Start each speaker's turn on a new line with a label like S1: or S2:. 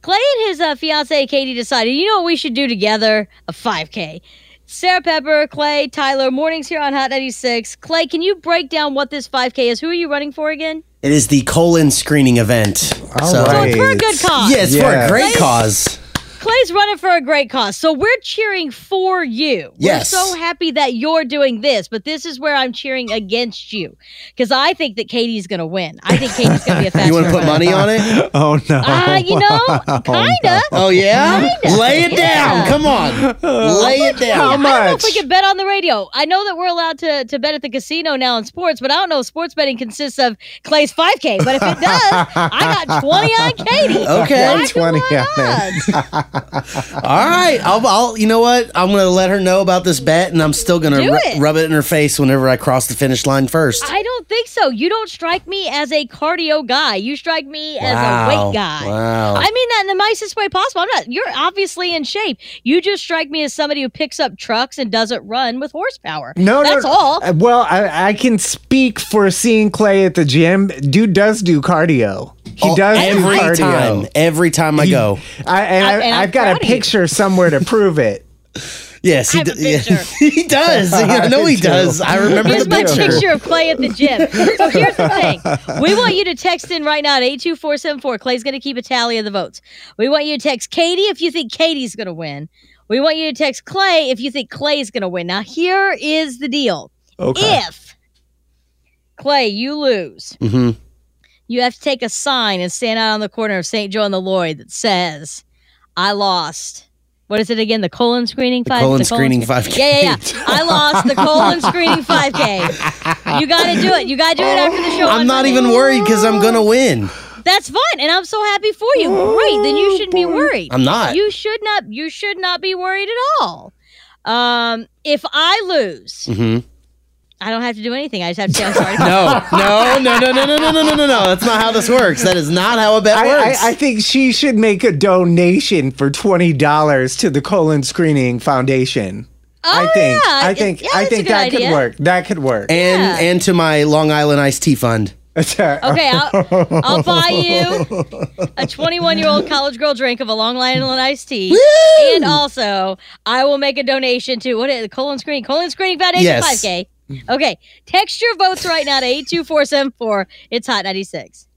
S1: Clay and his uh, fiance Katie decided, you know what we should do together? A 5K. Sarah Pepper, Clay, Tyler, mornings here on Hot 96. Clay, can you break down what this 5K is? Who are you running for again?
S2: It is the colon screening event.
S3: All
S2: so,
S3: right.
S1: It's for a good cause.
S2: yeah, it's for
S3: Yeah.
S2: a great
S1: Right?
S2: cause.
S1: Clay's running for a great cause. So we're cheering for you.
S2: Yes.
S1: We're so happy that you're doing this, but this is where I'm cheering against you because I think that Katie's going to win. I think Katie's going to be a faster
S2: You want to put
S1: runner.
S2: money on it?
S3: Oh no!
S1: Ah, you know, kind of.
S2: Oh yeah,
S1: Kinda,
S2: lay it
S1: yeah.
S2: down. Come on, lay it
S3: How
S2: down.
S1: I don't know if
S3: much?
S1: we can bet on the radio. I know that we're allowed to, to bet at the casino now in sports, but I don't know if sports betting consists of Clay's 5K. But if it does, I got 20 on Katie.
S2: Okay.
S1: Why do
S3: 20
S1: I
S3: on it.
S1: not?
S2: All right, I'll, I'll. You know what? I'm gonna let her know about this bet, and I'm still gonna
S1: Do
S2: ru-
S1: it.
S2: rub it in her face whenever I cross the finish line first.
S1: I don't think so. You don't strike me as a cardio guy. You strike me as a
S2: Wow.
S1: weight guy.
S2: Wow.
S1: I mean that in the nicest way possible. I'm not. You're obviously in shape. You just strike me as somebody who picks up trucks and doesn't run with horsepower.
S3: No, no,
S1: that's
S3: no.
S1: all.
S3: Uh, Well, I, I can speak for seeing Clay at the gym. Dude does do cardio. He
S2: Oh,
S3: does do
S2: every
S3: cardio.
S2: time. Every time I
S3: He-
S2: go.
S3: I, and,
S1: I-
S3: I,
S1: and I'm
S3: have got
S1: proud
S3: a
S1: of you.
S3: picture somewhere to prove it.
S2: Yes,
S1: I
S2: he,
S1: have a
S2: d- yeah.
S1: picture.
S2: he does. I know he
S3: do.
S2: does. I remember
S1: Here's
S2: the
S1: my
S2: picture.
S1: picture of Clay at the gym. So here's the thing. We want you to text in right now at 82474. Clay's going to keep a tally of the votes. We want you to text Katie if you think Katie's going to win. We want you to text Clay if you think Clay's going to win. Now, here is the deal. If Clay, you lose,
S2: hmm
S1: you have to take a sign and stand out on the corner of St. Joe and the Lloyd that says, I lost. What is it again? The colon screening five.
S2: colon screening
S1: screen-
S2: 5K.
S1: Yeah, yeah, yeah. I lost the colon screening five k. You got to do it. You got to do it after the show.
S2: I'm
S1: on
S2: not
S1: Monday.
S2: even worried because I'm gonna win.
S1: That's fine, and I'm so happy for you. Great. Then you shouldn't be worried.
S2: I'm not.
S1: You should not. You should not be worried at all. Um, if I lose,
S2: Mhm.
S1: I don't have to do anything. I just have to say I'm sorry.
S2: No, no, no, no, no, no, no, no, no, no, no. That's not how this works. That is not how a bet
S3: I, I,
S2: works.
S3: I think she should make a donation for twenty dollars to the colon screening foundation. I
S1: Oh,
S3: think
S1: yeah.
S3: I
S1: It-
S3: think
S1: yeah,
S3: I
S1: that's a
S3: think
S1: good
S3: that
S1: idea.
S3: could work. That could work.
S2: and
S1: Yeah.
S2: and to my Long Island iced tea fund.
S1: Okay, I'll, I'll buy you a 21 year old college girl drink of a Long Island iced tea, and also I will make a donation to what is it, colon screening colon screening foundation
S2: Yes.
S1: 5K. Okay, text your votes right now to 82474. It's hot 96.